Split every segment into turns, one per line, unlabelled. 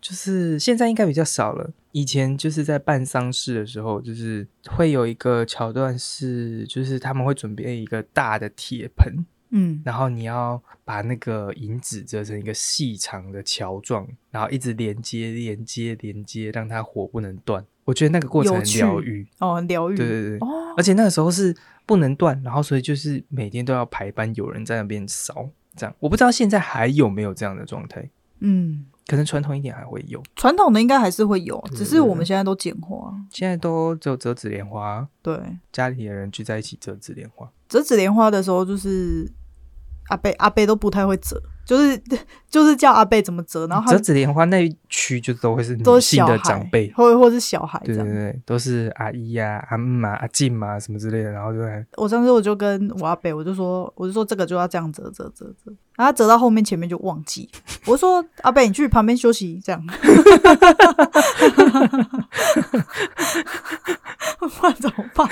就是现在应该比较少了。以前就是在办丧事的时候，就是会有一个桥段是，就是他们会准备一个大的铁盆，
嗯，
然后你要把那个银纸折成一个细长的桥状，然后一直连接、连接、连接，让它火不能断。我觉得那个过程
有
很
趣
疗愈，
哦，疗愈，
对对对，
哦，
而且那个时候是不能断，然后所以就是每天都要排班，有人在那边烧。这样，我不知道现在还有没有这样的状态，
嗯，
可能传统一点还会有，
传统的应该还是会有，只是
对
我们现在都简化。
现在都只有折纸莲花，
对，
家里的人聚在一起折纸莲花。
折纸莲花的时候，就是阿贝阿贝都不太会折，就是 就是叫阿贝怎么折，然后
折
他
纸莲花那一区就都会是女
都是
性
小
的
孩，
长辈，
或或是小孩这
对对
样。
对，都是阿姨呀、阿姆啊、阿静啊什么之类的，然后就在
我上次我就跟我阿北，我就说，我就说这个就要这样折折折折，然后他折到后面前面就忘记， 我说阿北你去旁边休息， 这样， 不然怎么办？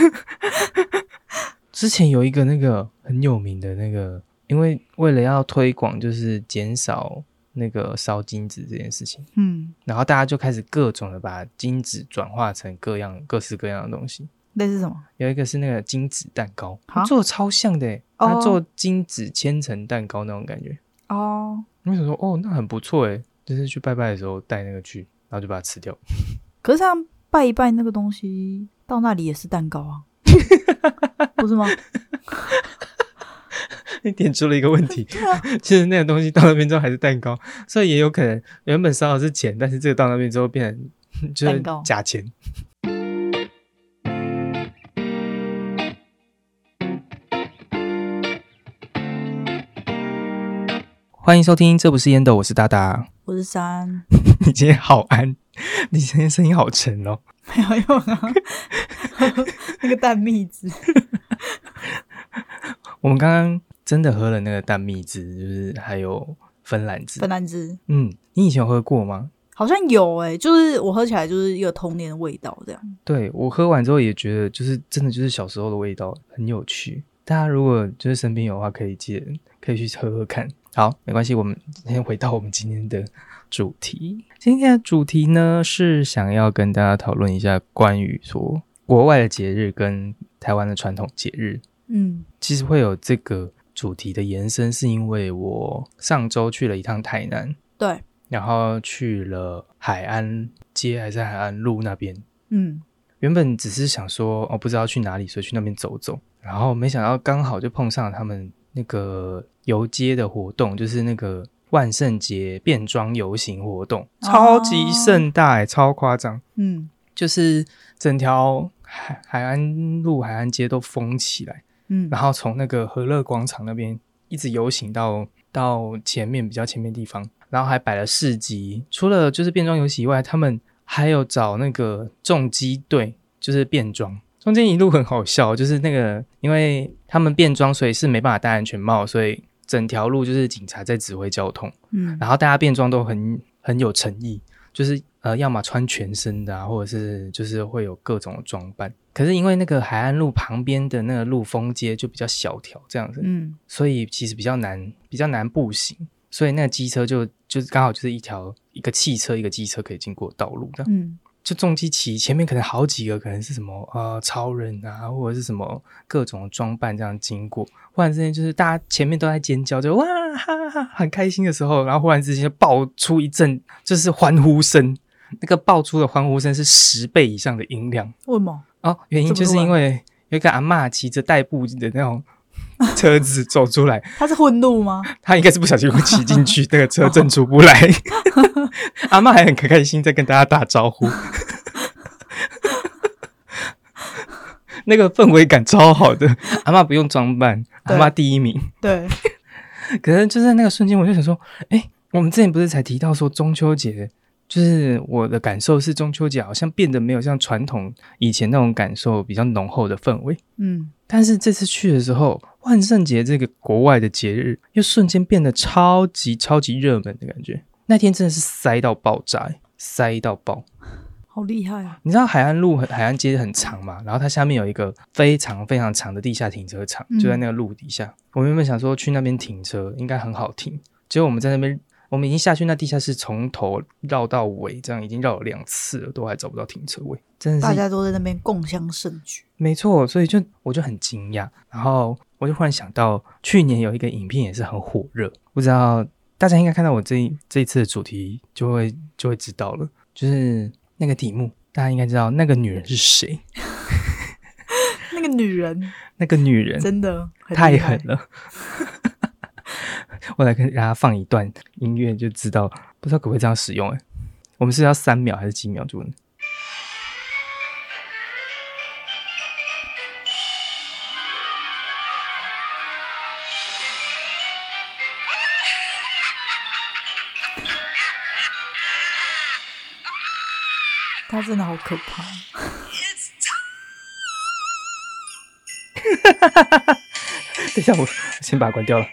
之前有一个那个很有名的那个，因为为了要推广就是减少那个烧金纸这件事情，
嗯，
然后大家就开始各种的把金纸转化成各样各式各样的东西。
类似什么？
有一个是那个金纸蛋糕，
哈
做的超像的欸，
哦
它做金纸千层蛋糕那种感觉。
哦，
我想说，哦，那很不错诶，就是去拜拜的时候带那个去，然后就把它吃掉。
可是像拜一拜那个东西，到那里也是蛋糕 啊，不是吗？
你点出了一个问题，
对啊，
其实那个东西到那边之后还是蛋糕，所以也有可能原本烧的是钱，但是这个到那边之后变成 就是
蛋糕
假钱。欢迎收听，这不是烟斗，我是大大。
我是三，
你今天好安，你今天声音好沉哦。
没有用啊， 那个蛋蜜汁，
我们刚刚真的喝了那个蛋蜜汁，就是还有芬兰汁
芬。兰汁。
嗯，你以前有喝过吗？
好像有诶、就是我喝起来就是一个童年的味道这样。
对我喝完之后也觉得，就是真的就是小时候的味道，很有趣。大家如果就是身边有的话，可以记得可以去喝喝看。好，没关系，我们先回到我们今天的主题。今天的主题呢是想要跟大家讨论一下关于说国外的节日跟台湾的传统节日。
嗯
其实会有这个主题的延伸，是因为我上周去了一趟台南，
对，
然后去了海岸街还是海岸路那边，
嗯，
原本只是想说哦，不知道去哪里，所以去那边走走。然后没想到刚好就碰上他们那个游街的活动，就是那个万圣节变装游行活动，超级盛大、欸，超夸张，
嗯
就是整条海海岸路、海岸街都封起来，
嗯，
然后从那个和乐广场那边一直游行到到前面比较前面地方，然后还摆了市集。除了就是变装游戏以外，他们还有找那个重机队，就是变装。中间一路很好笑，就是那个因为他们变装，所以是没办法戴安全帽，所以整条路就是警察在指挥交通。
嗯
然后大家变装都很很有诚意，就是呃，要么穿全身的啊，或者是就是会有各种装扮。可是因为那个海岸路旁边的那个路风街就比较小条这样子，
嗯
所以其实比较难比较难步行，所以那个机车就就是刚好就是一条一个汽车一个机车可以经过的道路这样。
嗯
就重机骑前面可能好几个，可能是什么呃超人啊，或者是什么各种装扮这样经过，忽然之间就是大家前面都在尖叫，就哇哈哈很开心的时候，然后忽然之间就爆出一阵就是欢呼声，那个爆出的欢呼声是十倍以上的音量
为什么？
哦，原因
这么
就是
多
因
人
为有一个阿嬷骑着代步的那种车子走出来，
它是混路吗？
他应该是不小心会骑进去，那个车震出 不来。阿妈还很开心，在跟大家打招呼，那个氛围感超好的。阿妈不用装扮，阿
对
妈第一名。
对，
可是就在那个瞬间，我就想说，哎、我们之前不是才提到说中秋节，就是我的感受是中秋节好像变得没有像传统以前那种感受比较浓厚的氛围。
嗯
但是这次去的时候，万圣节这个国外的节日又瞬间变得超级超级热门的感觉。那天真的是塞到爆炸、欸塞到爆。
好厉害啊！
你知道海岸路很海岸街很长嘛？然后它下面有一个非常非常长的地下停车场，
嗯
就在那个路底下。我原本想说去那边停车应该很好停，结果我们在那边我们已经下去那地下室，从头绕到尾，这样已经绕了两次了，都还找不到停车位，真的
大
是
家都在那边共襄盛举。
没错。所以就我就很惊讶，然后我就忽然想到，去年有一个影片也是很火热，不知道大家应该看到我这一这一次的主题就会就会知道了，就是那个题目，大家应该知道那个女人是谁，
那个女人
那个女人
真的很
太
厉害
狠了。 我来跟大家放一段音乐，就知道不知道可不可以这样使用、欸？哎，我们是要三秒还是几秒钟？
她真的好可怕。
等一下，我先把它关掉了。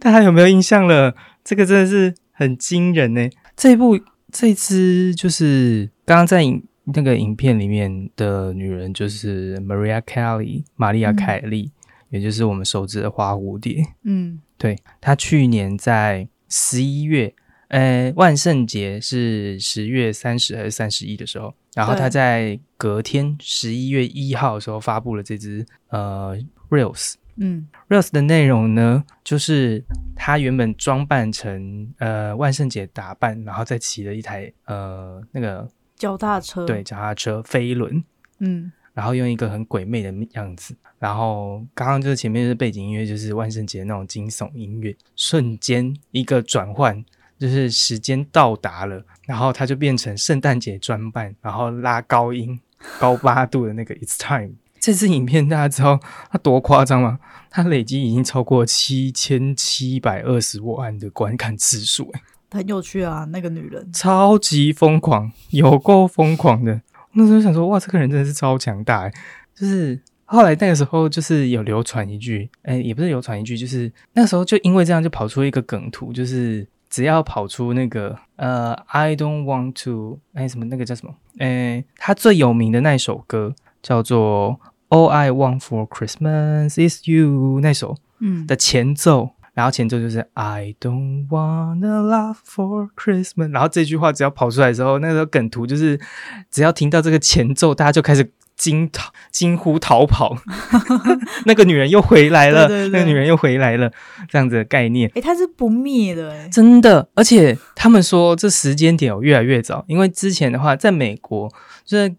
大家有没有印象了？这个真的是很惊人呢、这一部这一支就是刚刚在影那个影片里面的女人，就是 Maria Kelly 玛利亚
嗯
凯莉，也就是我们熟知的花蝴蝶。
嗯，
对他去年在十一月，呃，万圣节是十月三十还是三十一的时候，然后他
对
在隔天十一月一号的时候发布了这支呃 reels。
嗯
reels 的内容呢，就是他原本装扮成呃万圣节打扮，然后再骑了一台呃那个
脚踏车，
对，脚踏车飞轮，
嗯，
然后用一个很鬼魅的样子，然后刚刚就是前面就是背景音乐，就是万圣节那种惊悚音乐，瞬间一个转换，就是时间到达了，然后它就变成圣诞节专办，然后拉高音 高八度的那个 It's Time。这支影片大家知道它多夸张吗？它累积已经超过七千七百二十万的观看次数，欸
很有趣啊，那个女人。
超级疯狂，有够疯狂的。那时候想说，哇，这个人真的是超强大欸，就是后来那个时候就是有流传一句，哎、也不是流传一句，就是那时候就因为这样就跑出一个梗图，就是只要跑出那个呃，I don't want to，哎、什么那个叫什么？哎、他最有名的那一首歌叫做 All I Want for Christmas is You 那首，
嗯，
的前奏，然后前奏就是 I don't wanna love for Christmas，然后这句话只要跑出来之后，那个梗图就是只要听到这个前奏，大家就开始惊逃惊呼逃跑， 那个女人又回来了，
对对对
那个女人又回来了，这样子的概念。
哎，她是不灭的哎。
真的，而且他们说这时间点有越来越早，因为之前的话，在美国就是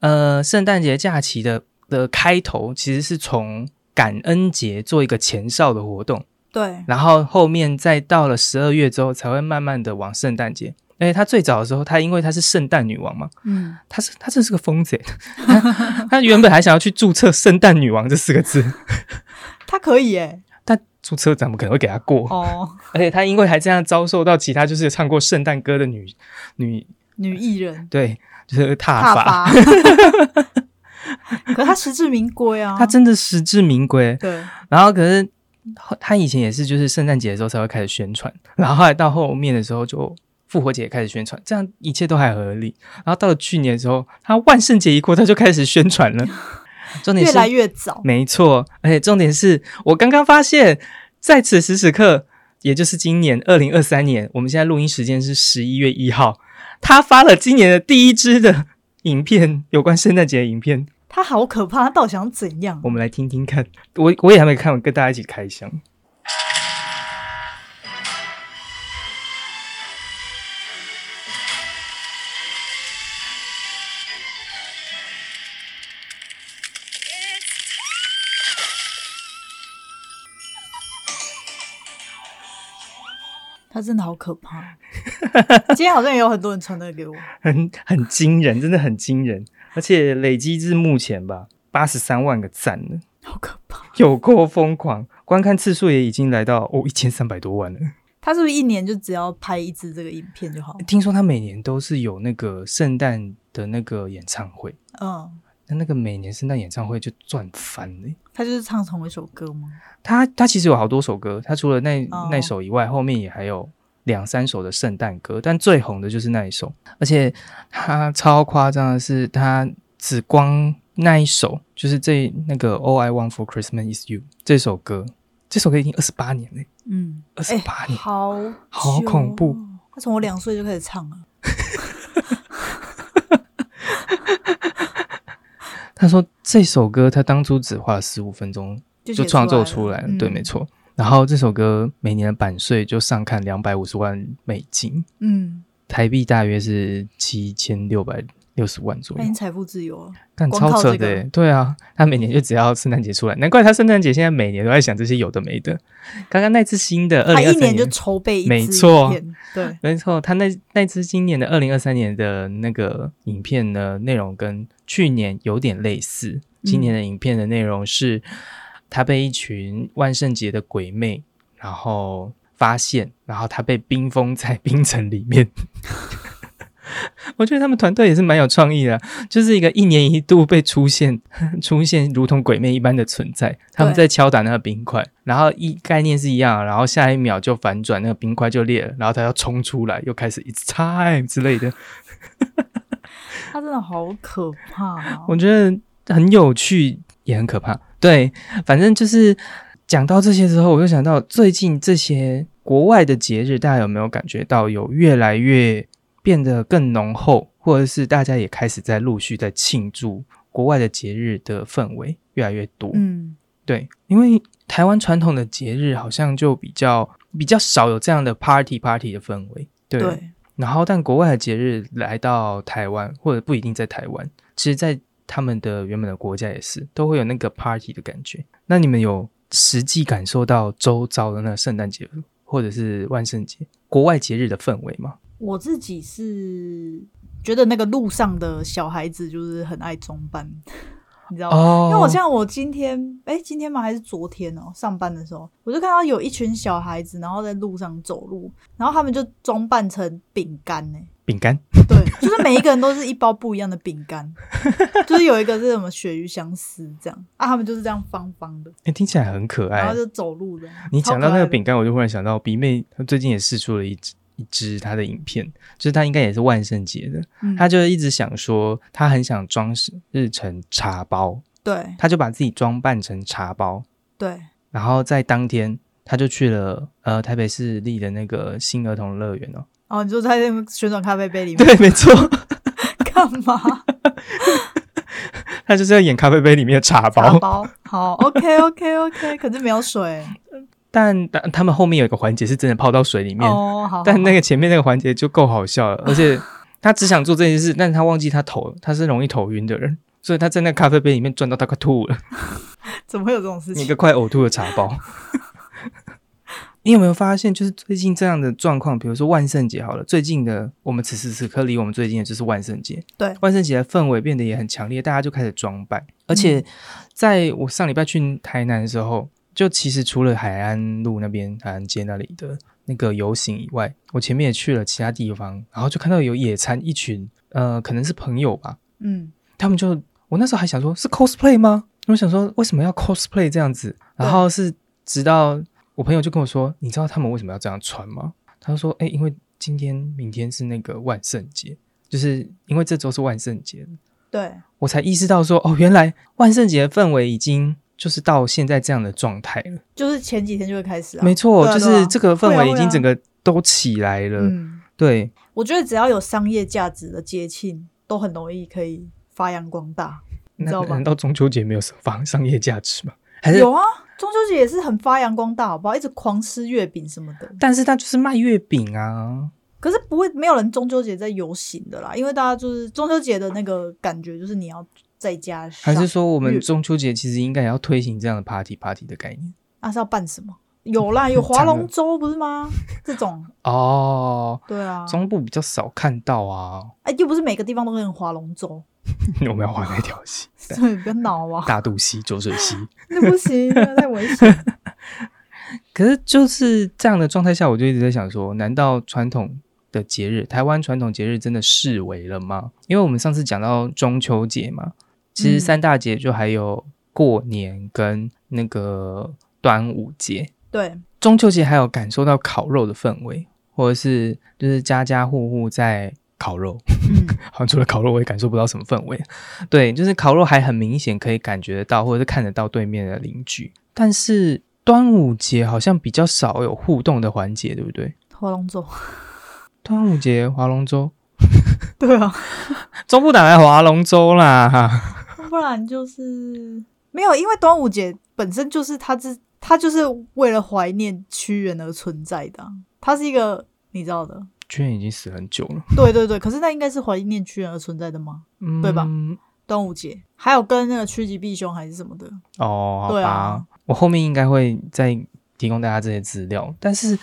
呃圣诞节假期的的开头其实是从感恩节做一个前哨的活动，
对，
然后后面再到了十二月之后，才会慢慢的往圣诞节。而且她最早的时候，她因为她是圣诞女王嘛，
嗯，
她是她真是个疯子耶， 她她原本还想要去注册“圣诞女王”这四个字，
她可以哎。
但注册咱们可能会给她过。
哦，
而且她因为还这样遭受到其他就是唱过圣诞歌的女女，
女艺人
对，就是踏
大
法，
发。 可她实至名归啊。
她真的实至名归。
对，
然后可是后她以前也是就是圣诞节的时候才会开始宣传，然后后来到后面的时候就复活节也开始宣传，这样一切都还合理。然后到了去年的时候，她万圣节一过，她就开始宣传了。重点
越
是
来越早。
没错，而且重点是我刚刚发现，在此时此刻，也就是今年二零二三年，我们现在录音时间是十一月一号，他发了今年的第一支的影片，有关圣诞节的影片，
她好可怕，她到底想怎样
我？们来听听看。我我也还没看，我跟大家一起开箱。
她真的好 可怕。今天好像也有很多人传那个给我。
很很惊人，真的很惊人，而且累积至目前吧，八十三万个赞了，
好可怕！
有够疯狂，观看次数也已经来到哦一千三百多万了。
他是不是一年就只要拍一支这个影片就好？
听说他每年都是有那个圣诞的那个演唱会，
嗯，
那那个每年圣诞演唱会就赚翻了欸。
他就是唱同一首歌吗？
他他其实有好多首歌，他除了那、
哦
那首以外，后面也还有两三首的圣诞歌，但最红的就是那一首。而且他超夸张的是，他只光那一首，就是这那个《All I Want for Christmas Is You》这首歌，这首歌已经二十八年了，
嗯，
二十
哎
八年，
好
好
久
恐怖
哦。他从我两岁就开始唱啊，
他说这首歌他当初只花了十五分钟
就
就
写
创作
出
出
来
来
了嗯
了，对，没。错。然后这首歌每年的版税就上看两百五十万美金，
嗯，
台币大约是七千六百六十万左
他
右
已，经财富自由了。
但
哎光靠
超扯的
这个
欸，对啊，他每年就只要圣诞节出来，难怪他圣诞节现在每年都在想这些有的没的。刚刚那支新的二
他
零二
一
三
年就筹备一支
没错
影片，对，
没错，他那那支今年的二零二三年的那个影片呢，内容跟去年有点类似。
嗯
今年的影片的内容是，他被一群万圣节的鬼魅，然后发现，然后他被冰封在冰城里面。我觉得他们团队也是蛮有创意的啊，就是一个一年一度被出现、 出现如同鬼魅一般的存在。他们
对
在敲打那个冰块，然后一概念是一样啊，然后下一秒就反转，那个冰块就裂了，然后他要冲出来，又开始 "It's time" 之类的。
他真的好可怕啊！
我觉得很有趣，也很可怕。对，反正就是讲到这些之后，我就想到最近这些国外的节日，大家有没有感觉到有越来越变得更浓厚，或者是大家也开始在陆续在庆祝国外的节日的氛围越来越多？
嗯，
对，因为台湾传统的节日好像就比较比较少有这样的 party party 的氛围。对，
对，
然后，但国外的节日来到台湾，或者不一定在台湾，其实，在他们的原本的国家也是，都会有那个 party 的感觉。那你们有实际感受到周遭的那个圣诞节或者是万圣节国外节日的氛围吗？
我自己是觉得那个路上的小孩子就是很爱装扮， 你知道吗？
哦
因为我像我今天，哎、今天吗？还是昨天哦、上班的时候，我就看到有一群小孩子，然后在路上走路，然后他们就装扮成饼干呢。
饼干
对，就是每一个人都是一包不一样的饼干， 就是有一个是什么鳕鱼香丝这样啊，他们就是这样方方的，
哎，听起来很可
然
爱
后。就走路的。
你
超
讲
可
到那
爱
个
的
饼干，我就忽然想到鼻妹，她最近也试出了一支一支她的影片，就是她应该也是万圣节的，
嗯
她就一直想说她很想装饰日成茶包，
对
她就把自己装扮成茶包，
对，
然后在当天，他就去了呃台北市立的那个新儿童乐园 哦。
哦，你就在那个旋转咖啡杯里面
对，没错，
干 嘛？
他就是要演咖啡杯里面的茶包。
茶包，好，OK OK OK，可是没有水
但但他们后面有一个环节是真的泡到水里 面，
哦，好，
但那
个
个前面那个环节就够好笑了，而且他只想做这件事，但是他忘记他头他是容易头晕的人。所以他在那咖啡杯里面转到他快吐了，
怎么会有这种事
一
情
个？快呕吐的茶包。 你有没有发现，就是最近这样的状况，比如说万圣节好了，最近的我们此时此刻离我们最近的就是万圣节，
对，
万圣节的氛围变得也很强烈，大家就开始装扮。而且在我上礼拜去台南的时候，就其实除了海岸路那边、海岸街那里的那个游行以外，我前面也去了其他地方，然后就看到有野餐一群，呃，可能是朋友吧，
嗯，
他们就我那时候还想说是 cosplay 吗？我想说为什么要 cosplay 这样子？
对
然后是直到我朋友就跟我说，你知道他们为什么要这样穿吗？他说，哎、因为今天、明天是那个万圣节，就是因为这周是万圣节，
对，
我才意识到说，哦，原来万圣节的氛围已经就是到现在这样的状态了。
就是前几天就会开始啊，
没错，
对啊
就
对啊
是这个氛
会啊
围已
会
经
啊
整个都起来了。
嗯，
对，
我觉得只要有商业价值的节庆，都很容易可以发扬光大，你知
那
道吗
难？道中秋节没有什么商商业价值吗？还是
有啊，中秋节也是很发扬光大，好不好？一直狂吃月饼什么的，
但是它就是卖月饼啊，
可是不会没有人中秋节在游行的啦，因为大家就是中秋节的那个感觉就是你要在家
还
上，
是说我们
月
中秋节其实应该也要推行这样的 party party 的概念？
啊是要办什么？有 啦，有划
惨了
龙舟不 是吗？这种
哦，
对啊，
中部比较少看到 啊，
哎、又不是每个地方都可以划龙舟，
我们要画那条溪，
所以不要闹啊，
大肚溪、浊水溪。
那不行，那太危险。
可是就是这样的状态下，我就一直在想说，难道传统的节日，台湾传统节日真的视为了吗？因为我们上次讲到中秋节嘛，其实
嗯
三大节就还有过年跟那个端午节。
对，
中秋节还有感受到烤肉的氛围，或者是就是家家户户在烤肉，
嗯，
好像除了烤肉，我也感受不到什么氛围。对，就是烤肉还很明显可以感觉得到，或者是看得到对面的邻居。但是端午节好像比较少有互动的环节，对不对？
划龙舟，
端午节划龙舟，
对啊，
中部打来划龙舟啦，
不然就是没有，因为端午节本身就是它是它就是为了怀念屈原而存在的啊、它是一个你知道的，
居然已经死很久了，
对对对。可是那应该是怀念屈原而存在的吗？
嗯，
对吧？端午节还有跟那个趋吉避凶还是什么的，
哦，好吧，
对啊
我后面应该会再提供大家这些资料，但是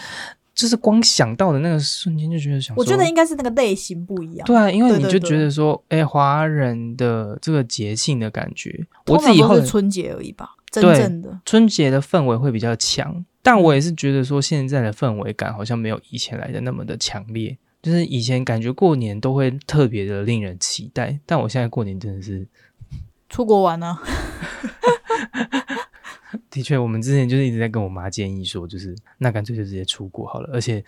就是光想到的那个瞬间就觉得想说，
我觉得应该是那个类型不一样。
对啊，因为
对
你
对
就
对
觉得说，哎，华人的这个节庆的感觉，我
通
自
常
己
都
后
是
来
春节而已吧，真
对
正的
春节的氛围会比较强，
嗯
但我也是觉得说现在的氛围感好像没有以前来的那么的强烈。就是以前感觉过年都会特别的令人期待，但我现在过年真的是，
出国 玩呢、啊，
的确，我们之前就是一直在跟我妈建议说，就是那干脆就直接出国好了。而且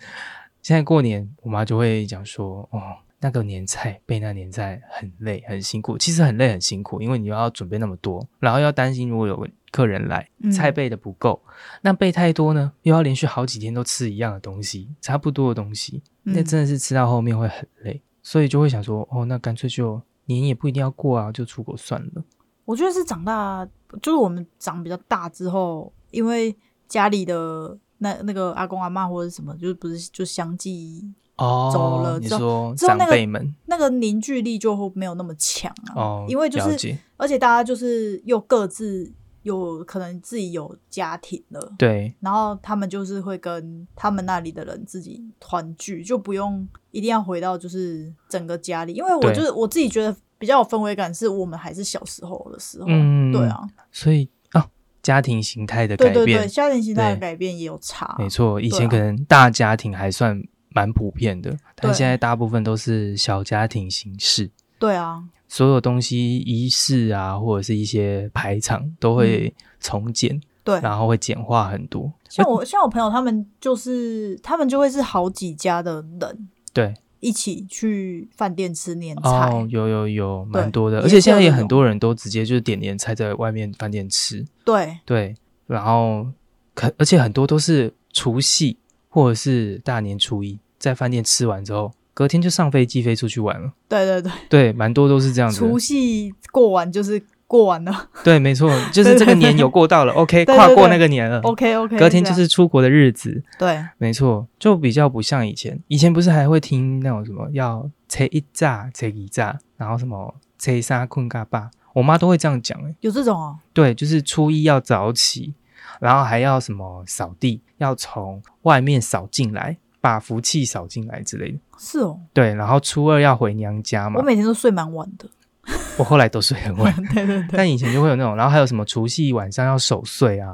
现在过年，我妈就会讲说，哦，那个年菜备那年菜很累很辛苦，其实很累很辛苦，因为你又要准备那么多，然后要担心如果有客人来，
嗯
菜备的不够，那备太多呢，又要连续好几天都吃一样的东西，差不多的东西，那
嗯
真的是吃到后面会很累，所以就会想说，哦，那干脆就年也不一定要过啊，就出国算了。
我觉得是长大，就是我们长比较大之后，因为家里的那那个阿公阿妈或者什么，就是不是就相继
哦，
走了
你
之后
说
之后
长
那个
辈们、
那个凝聚力就会没有那么强啊。
哦，
因为就
了
是
解
而且大家就是又各自有可能自己有家庭了，
对，
然后他们就是会跟他们那里的人自己团聚，就不用一定要回到就是整个家里，因为我
对
就是我自己觉得比较有氛围感，是我们还是小时候的时候，
嗯，
对，啊，
所以啊、家庭形态的
对
改
对
变，
对，家庭形态的
对
改变也有差，
没错，以前
啊
可能大家庭还算蛮普遍的，但
对
现在大部分都是小家庭形式。
对啊，
所有东西仪式啊，或者是一些排场都会重建，
嗯对。啊
然后会简化很多。
像我像我朋友他们就是他们就会是好几家的人
对，
一起去饭店吃年菜，
哦，有有有，
对
蛮多的，
也
而且
是
现在
有
也
这
很
种
多人都直接就是点年菜在外面饭店吃，
对，
对，然后可而且很多都是除夕或者是大年初一在饭店吃完之后，隔天就上飞机飞出去玩了。
对对对，
对，蛮多都是这样子的
除。夕过完就是过完了。
对，没 错，就是
对
这个
对
年有过到了，OK，
对
跨
对
过
对
那个年了。
OK OK，
嗯隔天就是出国的日子，
对
没错，就比较不像以前。以前不是还会听那种什么要切一炸、切一炸，然后什么切沙困嘎巴，我妈都会这样讲、欸。
有这种哦，
对，就是初一要早起，然后还要什么扫地，要从外面扫进来，把福气扫进来之类的。
是哦，
对，然后初二要回娘家嘛
我。每天都睡蛮晚的。
我后来都睡很晚，
对对对，
但以前就会有那种，然后还有什么除夕晚上要守岁啊。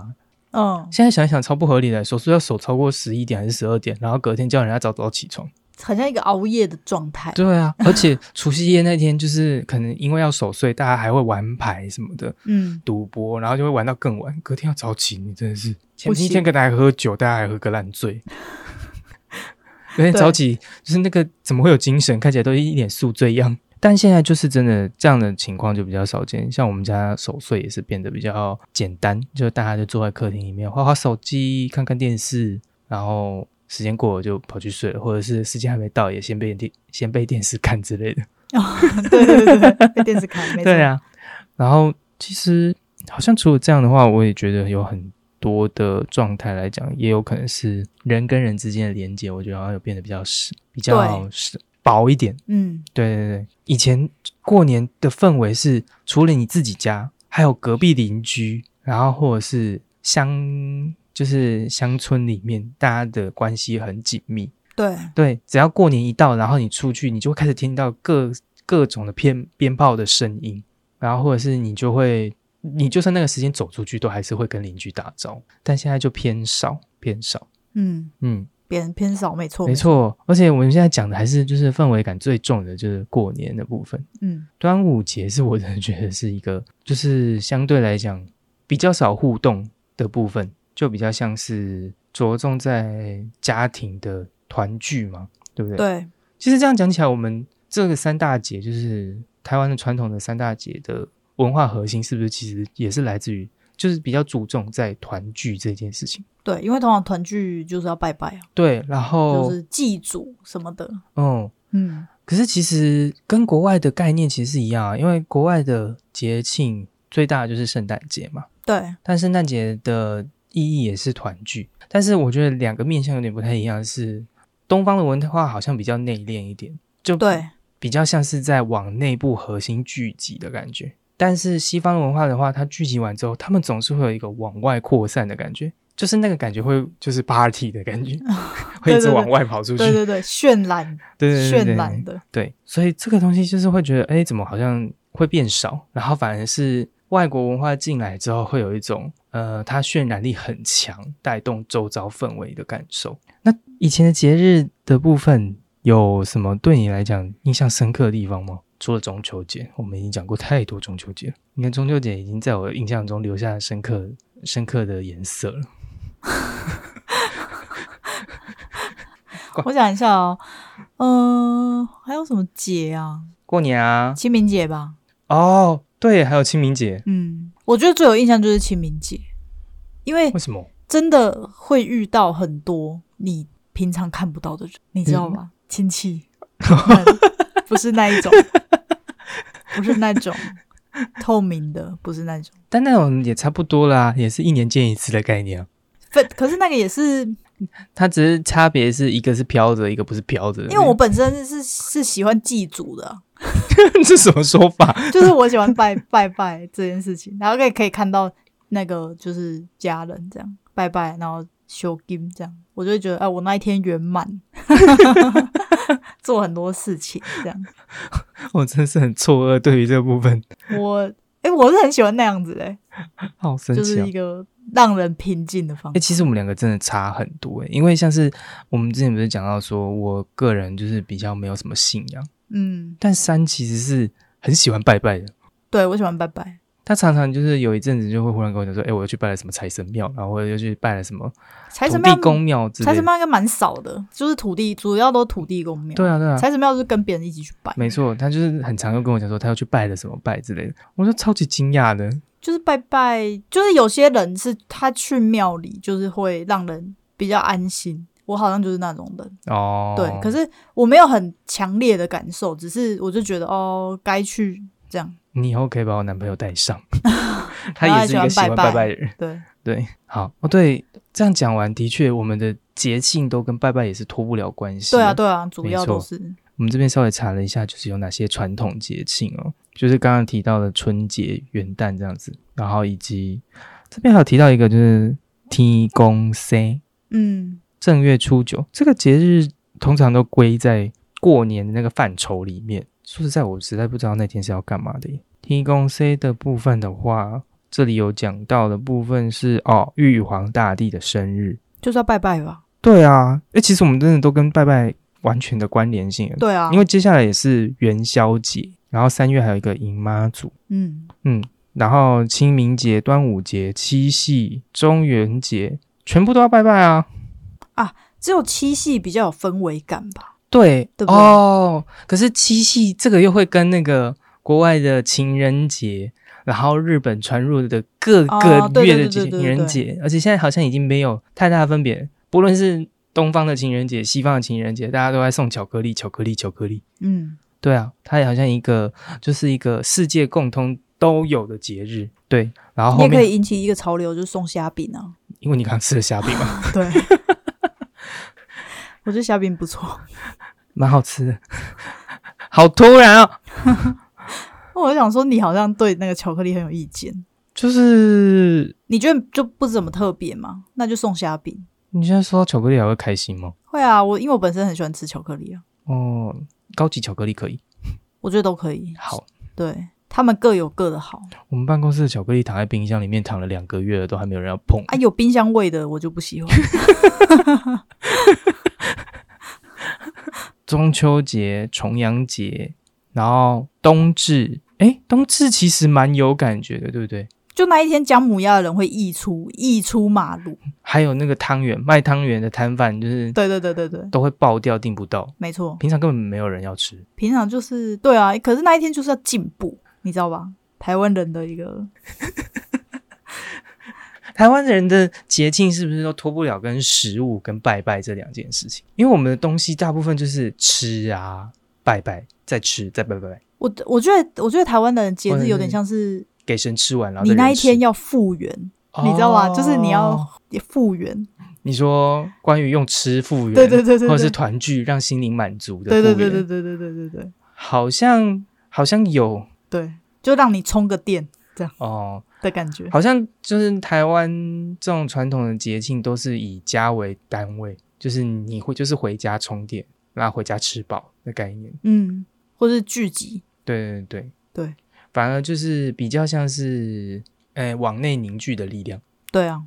嗯，
现在想一想超不合理的，守岁要守超过十一点还是十二点，然后隔天叫人家早早起床。
很像一个熬夜的状态。
对啊，而且除夕夜那天就是可能因为要守岁，大家还会玩牌什么的，
嗯，
赌博，然后就会玩到更晚，隔天要早起，你真的是前
不
一
行
天跟大家喝酒，大家还喝个烂醉。有点
对
早起，就是那个怎么会有精神？看起来都一脸宿醉样。但现在就是真的这样的情况就比较少见，像我们家守岁也是变得比较简单，就大家就坐在客厅里面划划手机、看看电视，然后时间过了就跑去睡了，或者是时间还没到也先被电先被电视看之类的。
对对对对，被电视看，没错。
对，啊，然后其实好像除了这样的话，我也觉得有很多的状态来讲，也有可能是人跟人之间的连接，我觉得好像有变得比较实，比较
对
实薄一点。
嗯，
对对对，以前过年的氛围是除了你自己家，还有隔壁邻居，然后或者是乡，就是乡村里面大家的关系很紧密。
对，
对，只要过年一到，然后你出去，你就会开始听到各各种的鞭鞭炮的声音，然后或者是你就会，你就算那个时间走出去，都还是会跟邻居打招呼，但现在就偏少偏少。
嗯，
嗯，
别人偏少，没错，
哦没，错，而且我们现在讲的还是就是氛围感最重的，就是过年的部分。
嗯，
端午节是我真的觉得是一个，就是相对来讲比较少互动的部分，就比较像是着重在家庭的团聚嘛，对不对？
对，
其实这样讲起来，我们这个三大节就是台湾的传统的三大节的文化核心，是不是其实也是来自于就是比较注重在团聚这件事情。
对，因为通常团聚就是要拜拜啊，
对，然后、
就是祭祖什么的。
哦嗯，
嗯，
可是其实跟国外的概念其实是一样啊，因为国外的节庆最大的就是圣诞节嘛，
对，
但圣诞节的意义也是团聚。但是我觉得两个面向有点不太一样是，东方的文化好像比较内敛一点，就
对，
比较像是在往内部核心聚集的感觉。但是西方文化的话，它聚集完之后，他们总是会有一个往外扩散的感觉，就是那个感觉会就是 party 的感觉，会一
对
直
哦对
往外跑出去。
对对对，渲染
对对对对
渲染的，
对，所以这个东西就是会觉得，哎，怎么好像会变少？然后反而是外国文化进来之后，会有一种呃，它渲染力很强，带动周遭氛围的感受。那以前的节日的部分有什么对你来讲印象深刻的地方吗？除了中秋节，我们已经讲过太多中秋节了。你看中秋节已经在我的印象中留下深刻深刻的颜色了。
我想一下哦，嗯、还有什么节啊？
过年啊，
清明节吧。
哦，对，还有清明节，
嗯，我觉得最有印象就是清明节，因为
为什么？
真的会遇到很多你平常看不到的人，你知道吗？亲戚那不是那一种，不是那种透明的，不是那种。
但那种也差不多啦，也是一年见一次的概念啊。
可可是那个也是，
它只是差别是一个是飘着，一个不是飘着。
因为我本身是是喜欢祭祖的啊，
这什么说法？
就是我喜欢拜拜拜这件事情，然后可以可以看到那个就是家人这样拜拜，然后修金这样，我就会觉得哎、我那一天圆满， 做很多事情这样。
我真的是很错愕，对于这部分
我哎、我是很喜欢那样子的、欸
好生
就是
气啊
一！个让人平静的方
哎、
式。
其实我们两个真的差很多哎、因为像是我们之前不是讲到说，我个人就是比较没有什么信仰，
嗯，
但三其实是很喜欢拜拜的。
对我喜欢拜拜。
他常常就是有一阵子就会忽然跟我讲说，哎、我又去拜了什么财神庙，然后我又去拜了什么
财
土
神庙
地，公庙之
财
类
神
的。
庙应该蛮少的，就是土地，主要都土地公庙。
对啊，对啊，
财神庙就是跟别人一起去拜，
没错，他就是很常又跟我讲说他要去拜了什么拜之类的，我就超级惊讶的。
就是拜拜，就是有些人是他去庙里，就是会让人比较安心。我好像就是那种人，
哦，
对。可是我没有很强烈的感受，只是我就觉得哦，该去这样。
你以后可以把我男朋友带 上，他
他
也是一个
也
喜
喜欢
欢
拜
拜
拜
拜的人。
对，
对，好哦，对，这样讲完，的确我们的节庆都跟拜拜也是脱不了关系。
对啊，，对啊，主
没
要都
错
是
我们这边稍微查了一下，就是有哪些传统节庆哦，就是刚刚提到的春节、元旦这样子，然后以及这边还有提到一个就是天公生，
嗯，
正月初九这个节日通常都归在过年的那个范畴里面。说实在，我实在不知道那天是要干嘛的耶。提供 C 的部分的话，这里有讲到的部分是哦，玉皇大帝的生日。
就是要拜拜吧。
对啊，诶，其实我们真的都跟拜拜完全的关联性了，
对啊，
因为接下来也是元宵节，然后三月还有一个迎妈祖，
嗯，
然后清明节、端午节、七夕、中元节，全部都要拜拜啊。
只有七夕比较有氛围感吧？
对，
对不对
哦，可是七夕这个又会跟那个国外的情人节，然后日本传入的各
哦
个
对
月
对
的
对对对
情人节，而且现在好像已经没有太大的分别，不论是东方的情人节、西方的情人节，大家都在送巧克力、巧克力、巧克力。
嗯，
对啊，它也好像一个就是一个世界共通都有的节日。对，然后啊后
你也可
面
以引起一个潮流，就是送虾饼 啊。
因为你刚刚吃了虾饼嘛，
对， 我觉得虾饼不错。
蛮好吃的， 好突然哦。
我想说，你好像对那个巧克力很有意见，
就是
你觉得就不怎么特别吗？那就送虾饼。
你现在说到巧克力还会开心吗？
会啊，我因为我本身很喜欢吃巧克力啊，
哦，高级巧克力可以。
我觉得都可以。
好，
对他们各有各的好
我们办公室的巧克力躺在冰箱里面躺了两个月了，都还没有人要碰。
啊，有冰箱味的我就不喜欢。
中秋节、重阳节，然后冬至，哎，冬至其实蛮有感觉的，对不对？
就那一天，姜母鸭的人会溢出溢出马路。
还有那个汤圆，卖汤圆的摊贩就是
对对对对对，
都会爆掉，订不到，
没错。
平常根本没有人要吃。
平常就是对啊，可是那一天就是要进步，你知道吧？台湾人的一个
台湾人的节庆是不是都脱不了跟食物跟拜拜这两件事情？因为我们的东西大部分就是吃啊、拜拜、再吃、再拜拜，
我我觉得我觉得台湾的节
或者
日有点
是
像是
给神吃完，然后
你
再
那
人
一
吃
天要复原，你知道吗？就是你要复原，
哦你说关于用吃复原，
对对对对对
或者是团聚让心灵满足的复
对
原，
对对对对对对对对
好像好像有
对，就让你充个电
哦、
的感觉。
好像就是台湾这种传统的节庆都是以家为单位，就是你会就是回家充电，然后回家吃饱的概念。
嗯，或是聚集，
对对对
对，
反而就是比较像是诶、往内凝聚的力量。
对啊，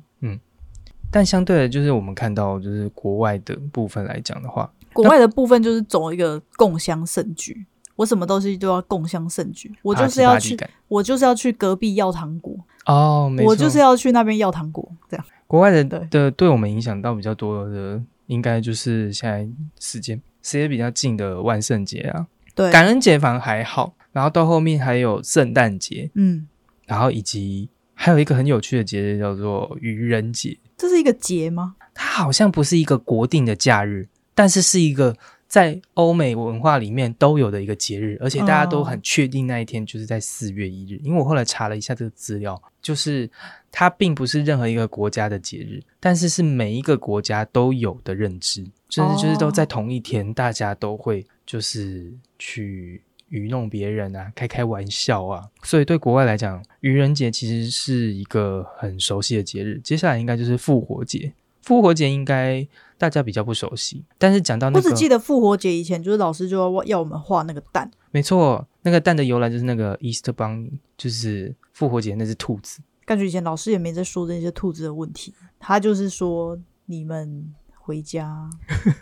但相对的，就是我们看到就是国外的部分来讲的话，
国外的部分就是走一个共襄盛举，我什么东西都要共襄盛举，我就
阿
是
基
要
巴蒂
去，
感
我就是要去隔壁要糖果，
哦，没
我
错
就是要去那边要糖果，这样
国外的
对
的对我们影响到比较多的，应该就是现在时间时间比较近的万圣节啊，
对，
感恩节反而还好，然后到后面还有圣诞节，
嗯，
然后以及还有一个很有趣的节日叫做愚人节，
这是一个节吗？
它好像不是一个国定的假日，但是是一个在欧美文化里面都有的一个节日，而且大家都很确定那一天就是在四月一日。因为我后来查了一下这个资料，就是它并不是任何一个国家的节日，但是是每一个国家都有的认知，就是就是都在同一天，大家都会就是去。愚弄别人啊，开开玩笑啊，所以对国外来讲，愚人节其实是一个很熟悉的节日。接下来应该就是复活节，复活节应该大家比较不熟悉，但是讲到那
我只记
个，
得复活节以前就是老师就要要我们画那个蛋，
没错，那个蛋的由来就是那个 Easter Bunny，就是复活节那只兔子。
感觉以前老师也没在说这些兔子的问题，他就是说你们回家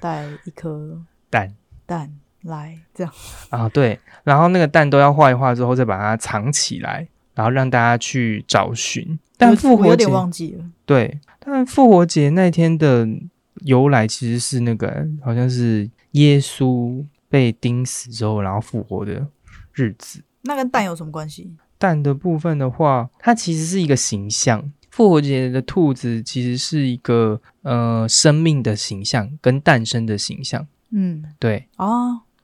带一颗
蛋
蛋来，这样
啊，对，然后那个蛋都要画一画之后，再把它藏起来，然后让大家去找寻。但
我
复
我
活
有
节
点忘记了，
对，但复活节那天的由来其实是那个好像是耶稣被钉死之后，然后复活的日子。
那跟蛋有什么关系？
蛋的部分的话，它其实是一个形象。复活节的兔子其实是一个呃生命的形象跟诞生的形象，
嗯
对
啊，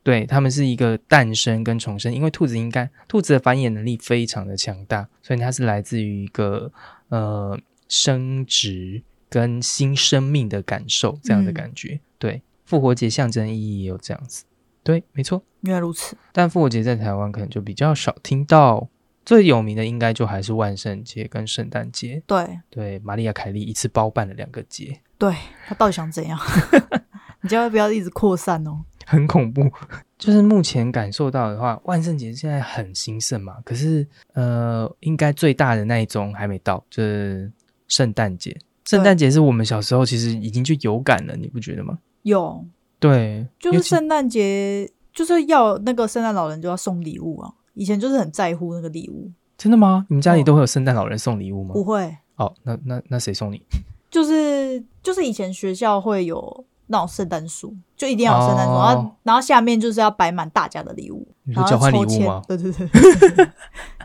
对，它们是一个诞生跟重生。因为兔子应该兔子的繁衍能力非常的强大，所以它是来自于一个呃生殖跟新生命的感受这样的
嗯
感觉。对，复活节象征意义也有这样子，对，没错。
原来如此。
但复活节在台湾可能就比较少听到，最有名的应该就还是万圣节跟圣诞节。
对
对，玛利亚凯莉一次包办了两个节，
对，他到底想怎样？ 你千万不要一直扩散哦。
很恐怖。就是目前感受到的话，万圣节现在很兴盛嘛，可是呃，应该最大的那一宗还没到，就是圣诞节。圣诞节是我们小时候其实已经就有感了，你不觉得吗？
有，
对，
就是
尤其
圣诞节就是要那个圣诞老人就要送礼物啊。以前就是很在乎那个礼物，
真的吗？你们
哦
家里都会有圣诞老人送礼物吗
不？会，
哦，那那那谁送你？
就是就是以前学校会有那种圣诞树，就一定要有圣诞树，
哦
然后然后下面就是要摆满大家的礼物，
你
然
说交
后
换礼
啊抽
物
签
吗？
对对对对，对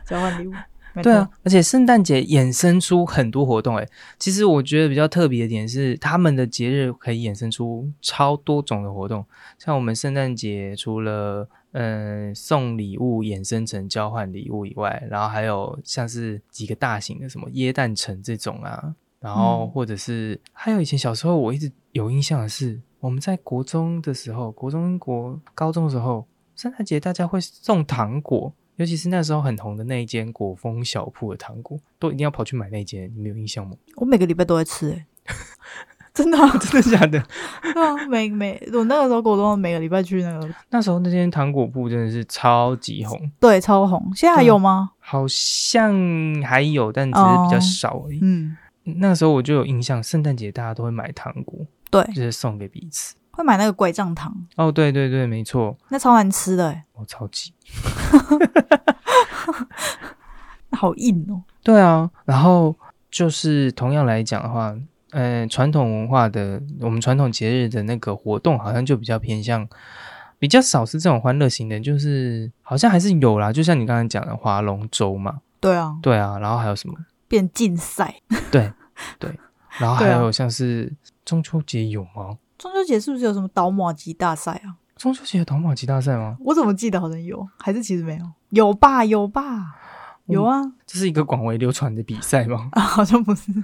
交换礼物。没
对啊
错，，
而且圣诞节衍生出很多活动、欸，其实我觉得比较特别的点是，他们的节日可以衍生出超多种的活动，像我们圣诞节除了嗯送礼物衍生成交换礼物以外，然后还有像是几个大型的什么耶诞城这种啊，然后
嗯
或者是、还有以前小时候我一直有印象的是，我们在国中的时候，国中国高中的时候，圣诞节大家会送糖果，尤其是那时候很红的那一间果风小铺的糖果，都一定要跑去买那间，你们有印象吗？
我每个礼拜都在吃、欸， 真的啊、
真的假的？
对啊，每每我那个时候国中每个礼拜去那个，
那时候那间糖果铺真的是超级红，
对，超红。现在还有吗？
好像还有，但只是比较少而已。
嗯，
那时候我就有印象，圣诞节大家都会买糖果，
对，
就是送给彼此。
会买那个拐杖糖，
哦，对对对，没错，
那超难吃的、欸，
我、超级
那好硬哦。
对啊，然后就是同样来讲的话，呃，传统文化的我们传统节日的那个活动，好像就比较偏向比较少是这种欢乐型的，就是好像还是有啦，就像你刚才讲的划龙舟嘛，
对啊，
对啊，然后还有什么？
变竞赛，
对，然后还
对啊
有像是中秋节有吗？
中秋节是不是有什么倒马吉大赛啊？
中秋节有导马吉大赛吗？
我怎么记得好像有，还是其实没有？有吧，有吧，有啊，
嗯这是一个广为流传的比赛吗？
啊 好像不是，
就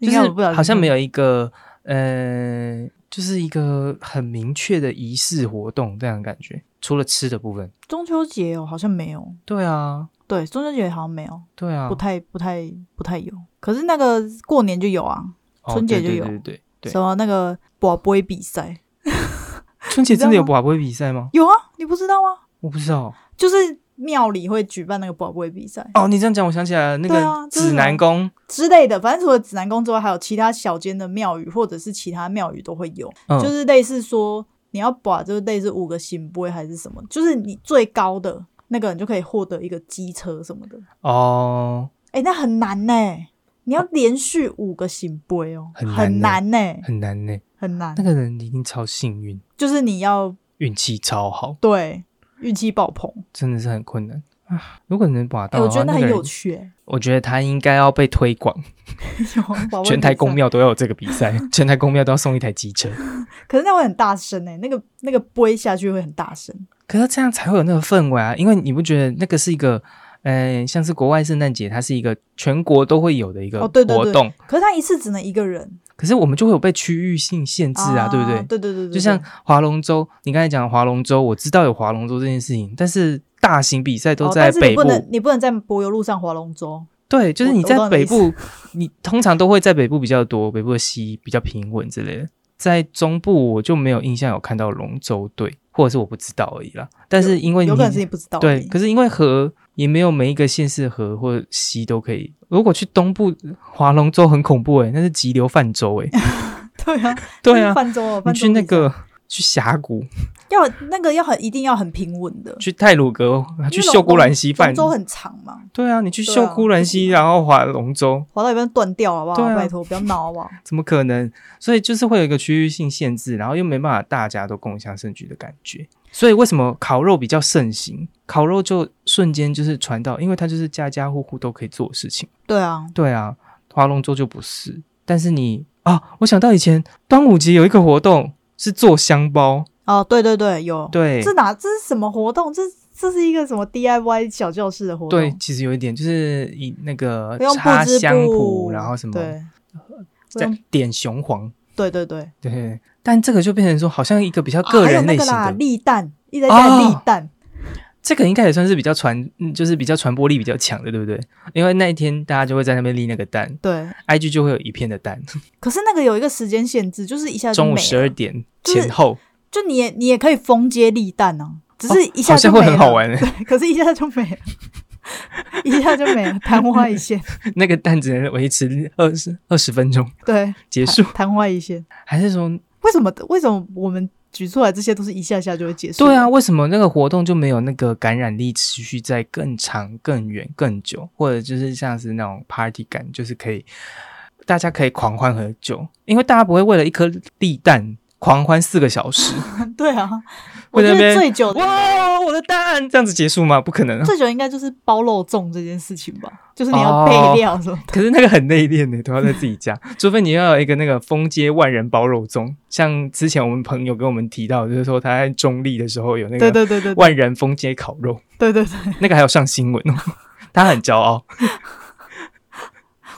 应该我不
是好像没
有。
有一个呃，就是一个很明确的仪式活动这样的感觉，除了吃的部分。
中秋节哦，好像没有，
对啊，
对，中秋节好像没有，
对啊，
不太、不太、不太有。可是那个过年就有啊，
哦
春节
对
就有
对对对对
什么那个宝杯比赛
春节
你知
真的有
道吗
宝贝比赛吗？
有啊，你不知道吗？
我不知道。
就是庙里会举办那个宝杯比赛
哦，你这样讲，我想起来了，那
对啊
个
这是
指
什么
南宫，
之类的。反正除了指南宫之外，还有其他小间的庙宇或者是其他庙宇都会有，
嗯，
就是类似说你要把就是类似五个行杯还是什么，就是你最高的那个人就可以获得一个机车什么的。
哦，
哎、那很难呢、你要连续五个醒杯哦，
很
很
难
难呢、
很难呢。
很难
那。个人一定超幸运，
就是你要
运气超好，
对运气爆棚，
真的是很困难啊。如果能把
哎、
到
我
的
觉
话，
得那
个
很有
人，
趣、欸。
我觉得他应该要被推广，
有宝贝
全台
比赛
公，庙都要有这个比赛，全台公庙都要送一台机车。
可是那会很大声呢、那个那个杯下去会很大声。
可是这样才会有那个氛围啊，因为你不觉得那个是一个，呃，像是国外圣诞节，它是一个全国都会有的一个活
哦
动，
对对对可是他一次只能一个人，
可是我们就会有被区域性限制啊，对不对？
对对对对，
就像划龙舟，你刚才讲划龙舟，我知道有划龙舟这件事情，但是大型比赛都
哦
在
但是你
北部，
不能你不能在柏油路上划龙舟。
对，就是
我
你
我
在
懂你
北
意思
部，你通常都会在北部比较多，北部的溪比较平稳之类的。在中部我就没有印象有看到龙舟队，或者是我不知道而已啦。但是因为你
有可能是你不知道而已。
对，可是因为河也没有每一个县市的河或溪都可以。如果去东部划龙舟很恐怖诶、欸那是急流泛舟 诶、
对啊，
对啊
就是泛舟哦，
你
泛舟
去那
比赛
个去峡谷，
要那个要很一定要很平稳的，
去泰鲁格，去
因为龙
秀姑兰溪
龙
泛，
舟很长嘛，
对啊，你去
对
秀
啊
姑兰
不行
溪，然后划龙舟，
滑到一半断掉好不好？
对啊
拜托，不要闹好不好？
怎么可能？所以就是会有一个区域性限制，然后又没办法大家都共享盛举的感觉。所以为什么烤肉比较盛行？烤肉就瞬间就是传到，因为它就是家家户户都可以做的事情。
对啊，
对啊，划龙舟就不是。但是你啊，我想到以前端午节有一个活动是做香包，
哦，对对对，有。
对
这哪这是什么活动？这这是一个什么 DIY 小教室的活动？
对，，其实有一点就是以那个
用
插
布织
香
布，
谱，然后什么
对，不
再
用
点雄黄，
对对对，
对。但这个就变成说，好像一个比较
啊
个
还有
人
那
类
个
型的，啊
啦，立蛋，一直在盖立蛋，
这个应该也算是比较传，嗯就是比较传播力比较强的，对不对？因为那一天大家就会在那边立那个蛋
对。
，IG 就会有一片的蛋，
可是那个有一个时间限制，就是一下就
中
没
午
了
十二点
啊就是
前后，
就你也你也可以封街立蛋啊，只是一
哦好
下就
像
没
会
了，
很好玩欸。
对，可是一下就没了，一下就没了，昙花一现，
那个蛋只能维持二十二十分钟
对，
结束，
昙花一现。
还是说
为什么？为什么我们举出来这些都是一下下就会结束？
对啊？，为什么那个活动就没有那个感染力持续在更长、更远、更久，或者就是像是那种 party 感，就是可以大家可以狂欢很久，因为大家不会为了一颗粒蛋狂欢四个小 时。
对啊，我
会在
觉
那边
得最久的
哇，我的蛋这样子结束吗？不可能啊。
最久应该就是包肉粽这件事情吧，就是你
哦
要备料什么的。
可是那个很内敛的，都要在自己家，除非你要有一个那个封街万人包肉粽，像之前我们朋友跟我们提到，就是说他在中立的时候有那
对
个
对对对对
万人封街烤肉，
对对对，
那个还有上新闻哦， 他很骄傲。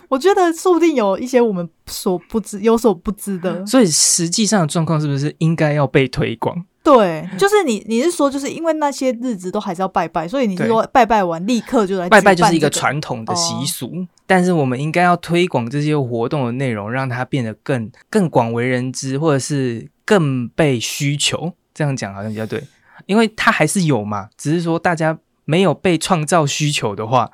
我觉得说不定有一些我们所不知、有所不知的。
所以实际上的状况是不是应该要被推广？
对，就是你，你是说，就是因为那些日子都还是要拜拜，所以你是
对
说拜拜完立刻就来
拜拜就是
呃举
一个
办这哦
传统的习俗，但是我们应该要推广这些活动的内容，让它变得更更广为人知，或者是更被需求。这样讲好像比较对，因为它还是有嘛，只是说大家没有被创造需求的话，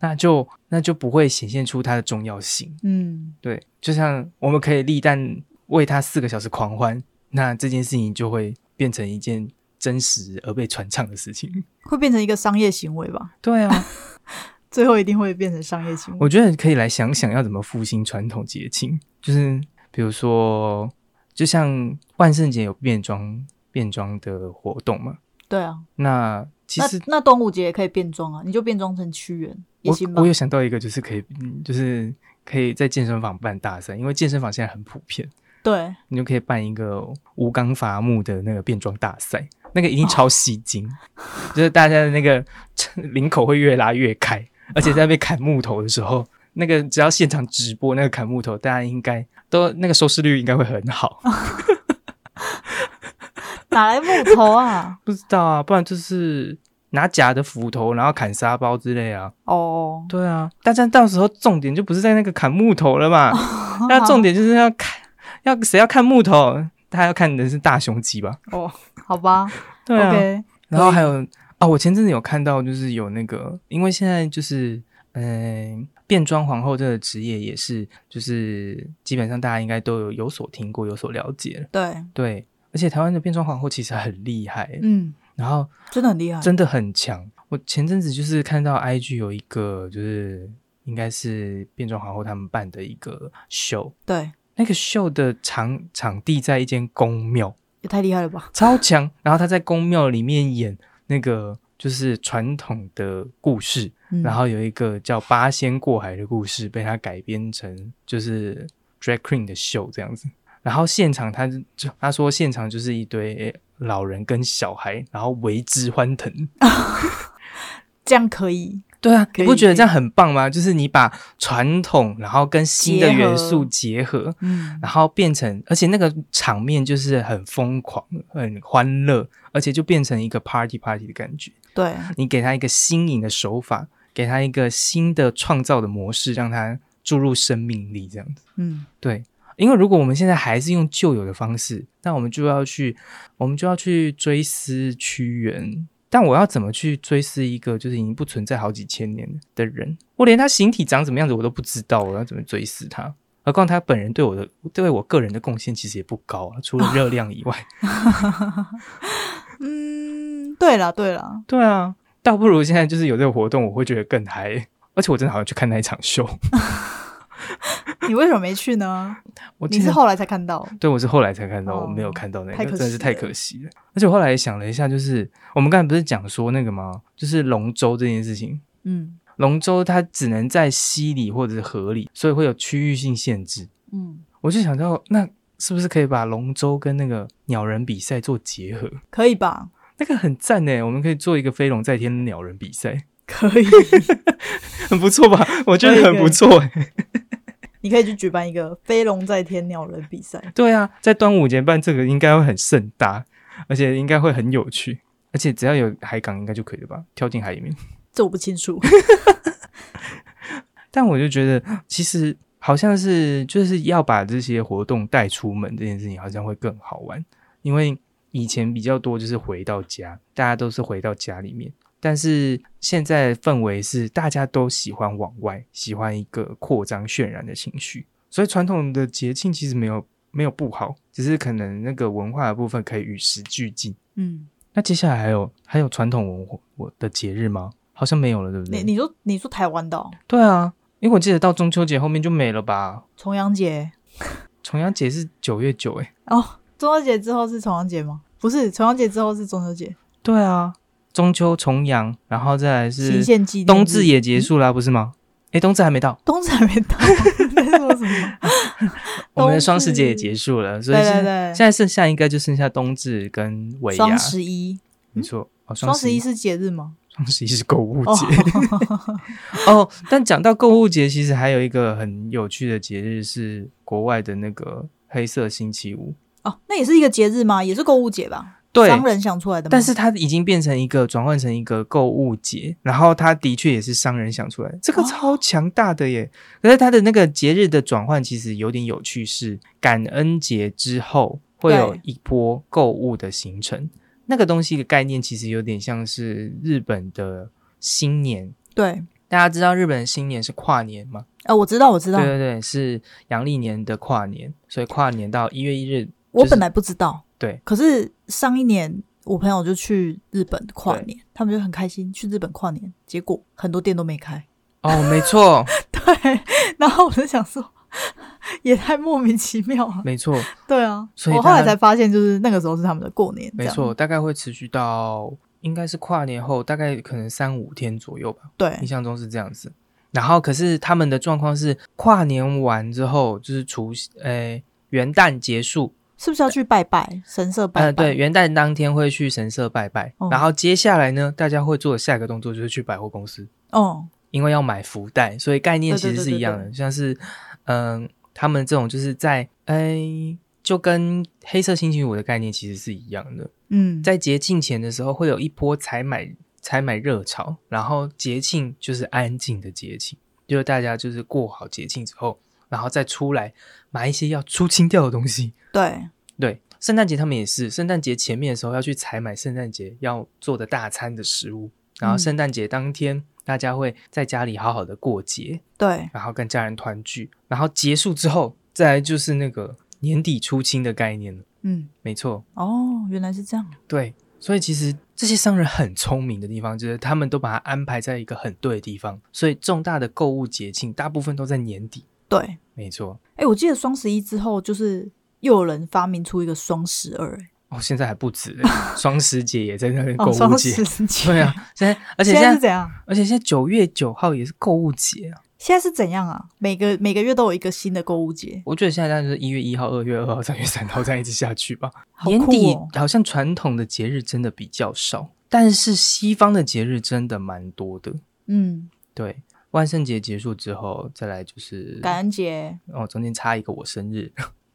那就那就不会显现出它的重要性。
嗯，
对，就像我们可以立蛋为它四个小时狂欢，那这件事情就会变成一件真实而被传唱的事情。
会变成一个商业行为吧？
对啊。
最后一定会变成商业行为。
我觉得可以来想想要怎么复兴传统节庆，就是比如说，就像万圣节有变装变装的活动嘛，
对啊，
那其
那
实
那端午节也可以变装啊，你就变装成屈原也
我
行吧
我有？想到一个，就是可以，嗯就是可以在健身房办大赛，因为健身房现在很普遍，
对，
你就可以办一个无钢伐木的那个变装大赛，那个一定超吸睛，就是大家的那个呃领口会越拉越开，而且在被砍木头的时候，那个只要现场直播那个砍木头，大家应该都那个收视率应该会很好。
哪来木头啊？
不知道啊，不然就是拿假的斧头，然后砍沙包之类啊。
哦，
对啊，大家到时候重点就不是在那个砍木头了嘛，那重点就是要看，要谁要看木头，他要看的是大胸肌吧？
哦，好吧
对啊
o k
然后还有啊，我前阵子有看到，就是有那个，因为现在就是嗯、变装皇后这个职业也是，就是基本上大家应该都有有所听过，有所了解了。
对，
对，而且台湾的变装皇后其实很厉害，
嗯，
然后
真的很厉害，
真的很强。我前阵子就是看到 IG 有一个，就是应该是变装皇后他们办的一个秀，
对，
那个秀的场场地在一间宫庙，
也太厉害了吧？
超强。然后他在宫庙里面演那个就是传统的故事，
嗯，
然后有一个叫八仙过海的故事被他改编成就是 drag queen 的秀这样子。然后现场他就他说现场就是一堆诶老人跟小孩，然后为之欢腾。
这样可以，
对啊，
可
你
以
不觉得
可以
这样很棒吗？就是你把传统，然后跟新的
结合
元素结合，
嗯，
然后变成，而且那个场面就是很疯狂、很欢乐，而且就变成一个 party party 的感觉。
对，
你给他一个新颖的手法，给他一个新的创造的模式，让他注入生命力，这样子。
嗯，
对，因为如果我们现在还是用旧有的方式，那我们就要去，我们就要去追思屈原。但我要怎么去追思一个就是已经不存在好几千年的人？我连他形体长什么样子我都不知道，我要怎么追思他？何况他本人对我的对我个人的贡献其实也不高啊，除了 热量以外。
嗯，对了，对了，
对啊，倒不如现在就是有这个活动，我会觉得更嗨。而且我真的好像去看那一场秀，
你为什么没去呢？
我
你
记
是
得
后来才看到，
对，我是后来才看到，我没有
哦
看到那个，
太可
真的是
惜
太
了
可惜了。而且我后来也想了一下，就是我们刚才不是讲说那个吗？就是龙舟这件事情，
嗯
龙舟它只能在溪里或者是河里，所以会有区域性限制。
嗯，
我就想到，那是不是可以把龙舟跟那个鸟人比赛做结合？
可以吧？
那个很赞呢，我们可以做一个飞龙在天鸟人比赛，
可以，
很不错吧？我觉
可
得
以
很
可
不
以
错欸诶。
你可以去举办一个飞龙在天鸟人比赛，
对啊，在端午节办这个应该会很盛大，而且应该会很有趣，而且只要有海港应该就可以了吧？跳进海里面。
这我不清楚。
但我就觉得，其实好像是就是要把这些活动带出门这件事情，好像会更好玩，因为以前比较多就是回到家，大家都是回到家里面。但是现在氛围是大家都喜欢往外，喜欢一个扩张渲染的情绪，所以传统的节庆其实没有没有不好，只是可能那个文化的部分可以与时俱进。
嗯，
那接下来还有还有传统文化我的节日吗？好像没有了，对不对？
你你说你说台湾的哦
对啊，因为我记得到中秋节后面就没了吧？
重阳节
重阳节是九月九，哎，
哦，中秋节之后是重阳节吗？不是，重阳节之后是中秋节，
对啊，中秋、重阳，然后再来
行
是
宪纪念日
冬至也结束啦，不是吗？哎，冬至还没到，
冬至还没到， 在说什么？
我们的
冬至
双十节也结束了，所以
对
现
对
在
对
现，在剩下应该就剩下冬至跟尾牙
双，十一，
没错。哦，
双
十
十一是节日吗？
双十一是购物
哦
节 哦但讲到购物节，其实还有一个很有趣的节日是国外的那个黑色星期五，
哦，那也是一个节日吗？也是购物节吧？
对，
商人想出来的吗？
但是它已经变成一个转换成一个购物节，然后它的确也是商人想出来的，这个
哦
超强大的耶。可是它的那个节日的转换其实有点有趣，是感恩节之后会有
对
一波购物的行程，那个东西的概念其实有点像是日本的新年。
对，
大家知道日本的新年是跨年吗？
呃，我知道，我知道
对，对对，是阳历年的跨年，所以跨年到一月一日
我
就是
本来不知道，
对，
可是上一年我朋友就去日本跨年，他们就很开心去日本跨年，结果很多店都没开。
哦，没错，
对，然后我就想说，也太莫名其妙了。
没错。
对啊，
所以
我
他
后来才发现，就是那个时候是他们的过年，
没
这样
错，，大概会持续到应该是跨年后，大概可能三五天左右吧，印
对
象中是这样子。然后可是他们的状况是跨年完之后，就是除夕，诶元旦结束，
是不是要去拜拜神社拜
呃，
拜？
对，元旦当天会去神社拜拜，
哦
然后接下来呢，大家会做的下一个动作就是去百货公司，
哦，
因为要买福袋，所以概念
对对
其实
对
是
对
一样的，
对
像是嗯、他们这种就是在诶，就跟黑色星期五的概念其实是一样的，
嗯，
在节庆前的时候会有一波采买采买热潮，然后节庆就是安静的节庆，就是大家就是过好节庆之后，然后再出来买一些要出清掉的东西。
对，
对，圣诞节他们也是，圣诞节前面的时候要去采买圣诞节要做的大餐的食物，然后
嗯
圣诞节当天大家会在家里好好的过节，
对，
然后跟家人团聚，然后结束之后，再来就是那个年底出清的概念了。
嗯，
没错，
哦，原来是这样，
对，所以其实这些商人很聪明的地方，就是他们都把它安排在一个很对的地方，所以重大的购物节庆大部分都在年底。
对，
没错，
哎，我记得双十一之后，就是又有人发明出一个双十二，哎
哦，现在还不止欸，双十节也在那边购
哦，
物
双
节。
十节，
对，啊，现在而且
现
现
在是
在
怎样？
而且现在九月九号也是购物节啊，
现在是怎样啊？每个每个月都有一个新的购物节，
我觉得现在大概就是一月一号、二月二号、三月三号这样一直下去吧。
好
年
酷
底
哦！
好像传统的节日真的比较少，但是西方的节日真的蛮多的。
嗯，
对，万圣节结束之后，再来就是
感恩节，
哦，中间插一个我生日，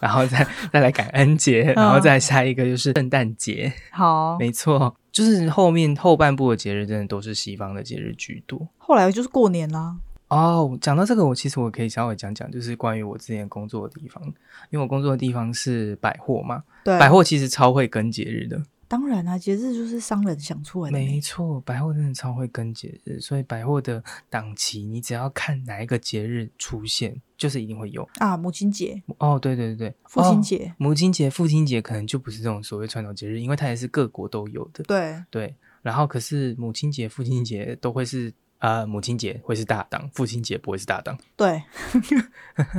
然后再再来感恩节，然后再来下一个就是圣诞节。
好，
没错，就是后面后半部的节日真的都是西方的节日居多。
后来就是过年啦。
哦，讲到这个，我其实我可以稍微讲讲，就是关于我之前工作的地方，因为我工作的地方是百货嘛，
对，
百货其实超会跟节日的，
当然啊，节日就是商人想出来的
没
美。
错，百货真的超会跟节日，所以百货的档期，你只要看哪一个节日出现，就是一定会有。
啊，母亲节、
哦，对对对对，
父亲
哦、
节，
母亲节、父亲节可能就不是这种所谓传统节日，因为它也是各国都有的，
对，
对。然后可是母亲节、父亲节都会是，呃，母亲节会是大档，父亲节不会是大档。
对，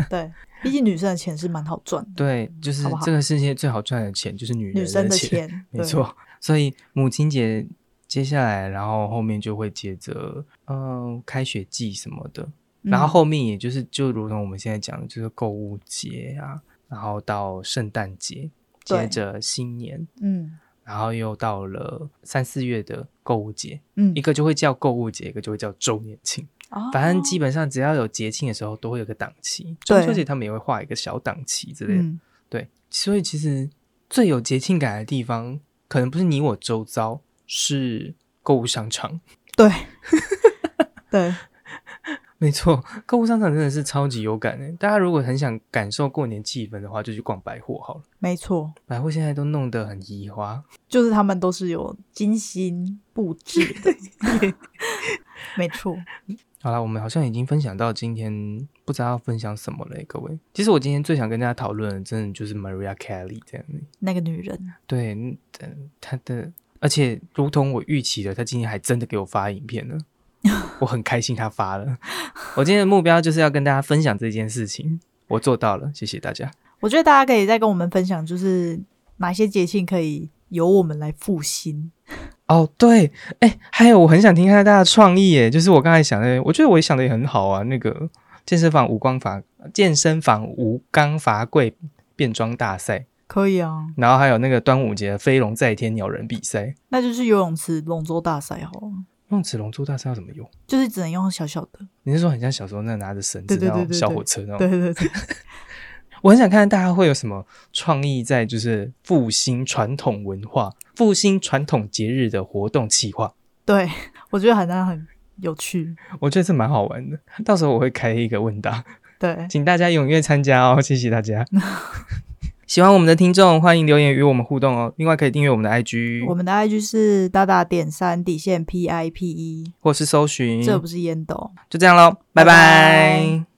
对，毕竟女生的钱是蛮好赚的，
对，就是
好不好
这个世界最好赚的钱就是女
女
人
生的
的，
钱，
没
对，
错。所以母亲节接下来，然后后面就会接着，嗯、开学季什么的，然后
嗯
后面也就是就如同我们现在讲的，就是购物节啊，然后到圣诞节，接
对
着新年，
嗯
然后又到了三四月的购物节，
嗯
一，个就会叫购物节，一个就会叫周年庆。反
哦
正基本上只要有节庆的时候，都会有个档期。中秋
对
节他们也会画一个小档期之类的。
嗯
对，所以其实最有节庆感的地方，可能不是你我周遭，是购物商场。
对 对，
没错，购物商场真的是超级有感的。大家如果很想感受过年气氛的话，就去逛百货好了。
没错，
百货现在都弄得很移花，
就是他们都是有精心布置 的，没错，
好啦，我们好像已经分享到今天，不知道要分享什么嘞，各位。其实我今天最想跟大家讨论的，真的就是 Maria Kelly 这样的。
那个女人，
对，嗯嗯她的，而且如同我预期的，她今天还真的给我发影片了，我很开心她发了。我今天的目标就是要跟大家分享这件事情，我做到了，谢谢大家。
我觉得大家可以再跟我们分享，就是哪些节庆可以由我们来复兴，
哦，对，哎，还有我很想听看看大家的创意，哎，就是我刚才想的，我觉得我想的也很好啊。那个健身房无光法，健身房无钢法柜变装大赛，
可以啊，
然后还有那个端午节的飞龙在天鸟人比赛，
那就是游泳池龙舟大赛好了，
用纸龙珠大赛要怎么用？
就是只能用小小的。
你是说很像小时候那拿着绳子
对对
那
对
种
对
小
对
火车那
对
种？
对 对，
我很想看看大家会有什么创意，在就是复兴传统文化、复兴传统节日的活动企划，
对我觉得好像很有趣。
我觉得这蛮好玩的。到时候我会开一个问答。
对，
请大家踊跃参加哦， 谢谢大家。喜欢我们的听众，欢迎留言与我们互动哦。另外，可以订阅我们的 IG，
我们的 IG 是大大点三底线 P I P E，
或是搜寻。
这不是烟斗。
就这样喽，拜拜
拜拜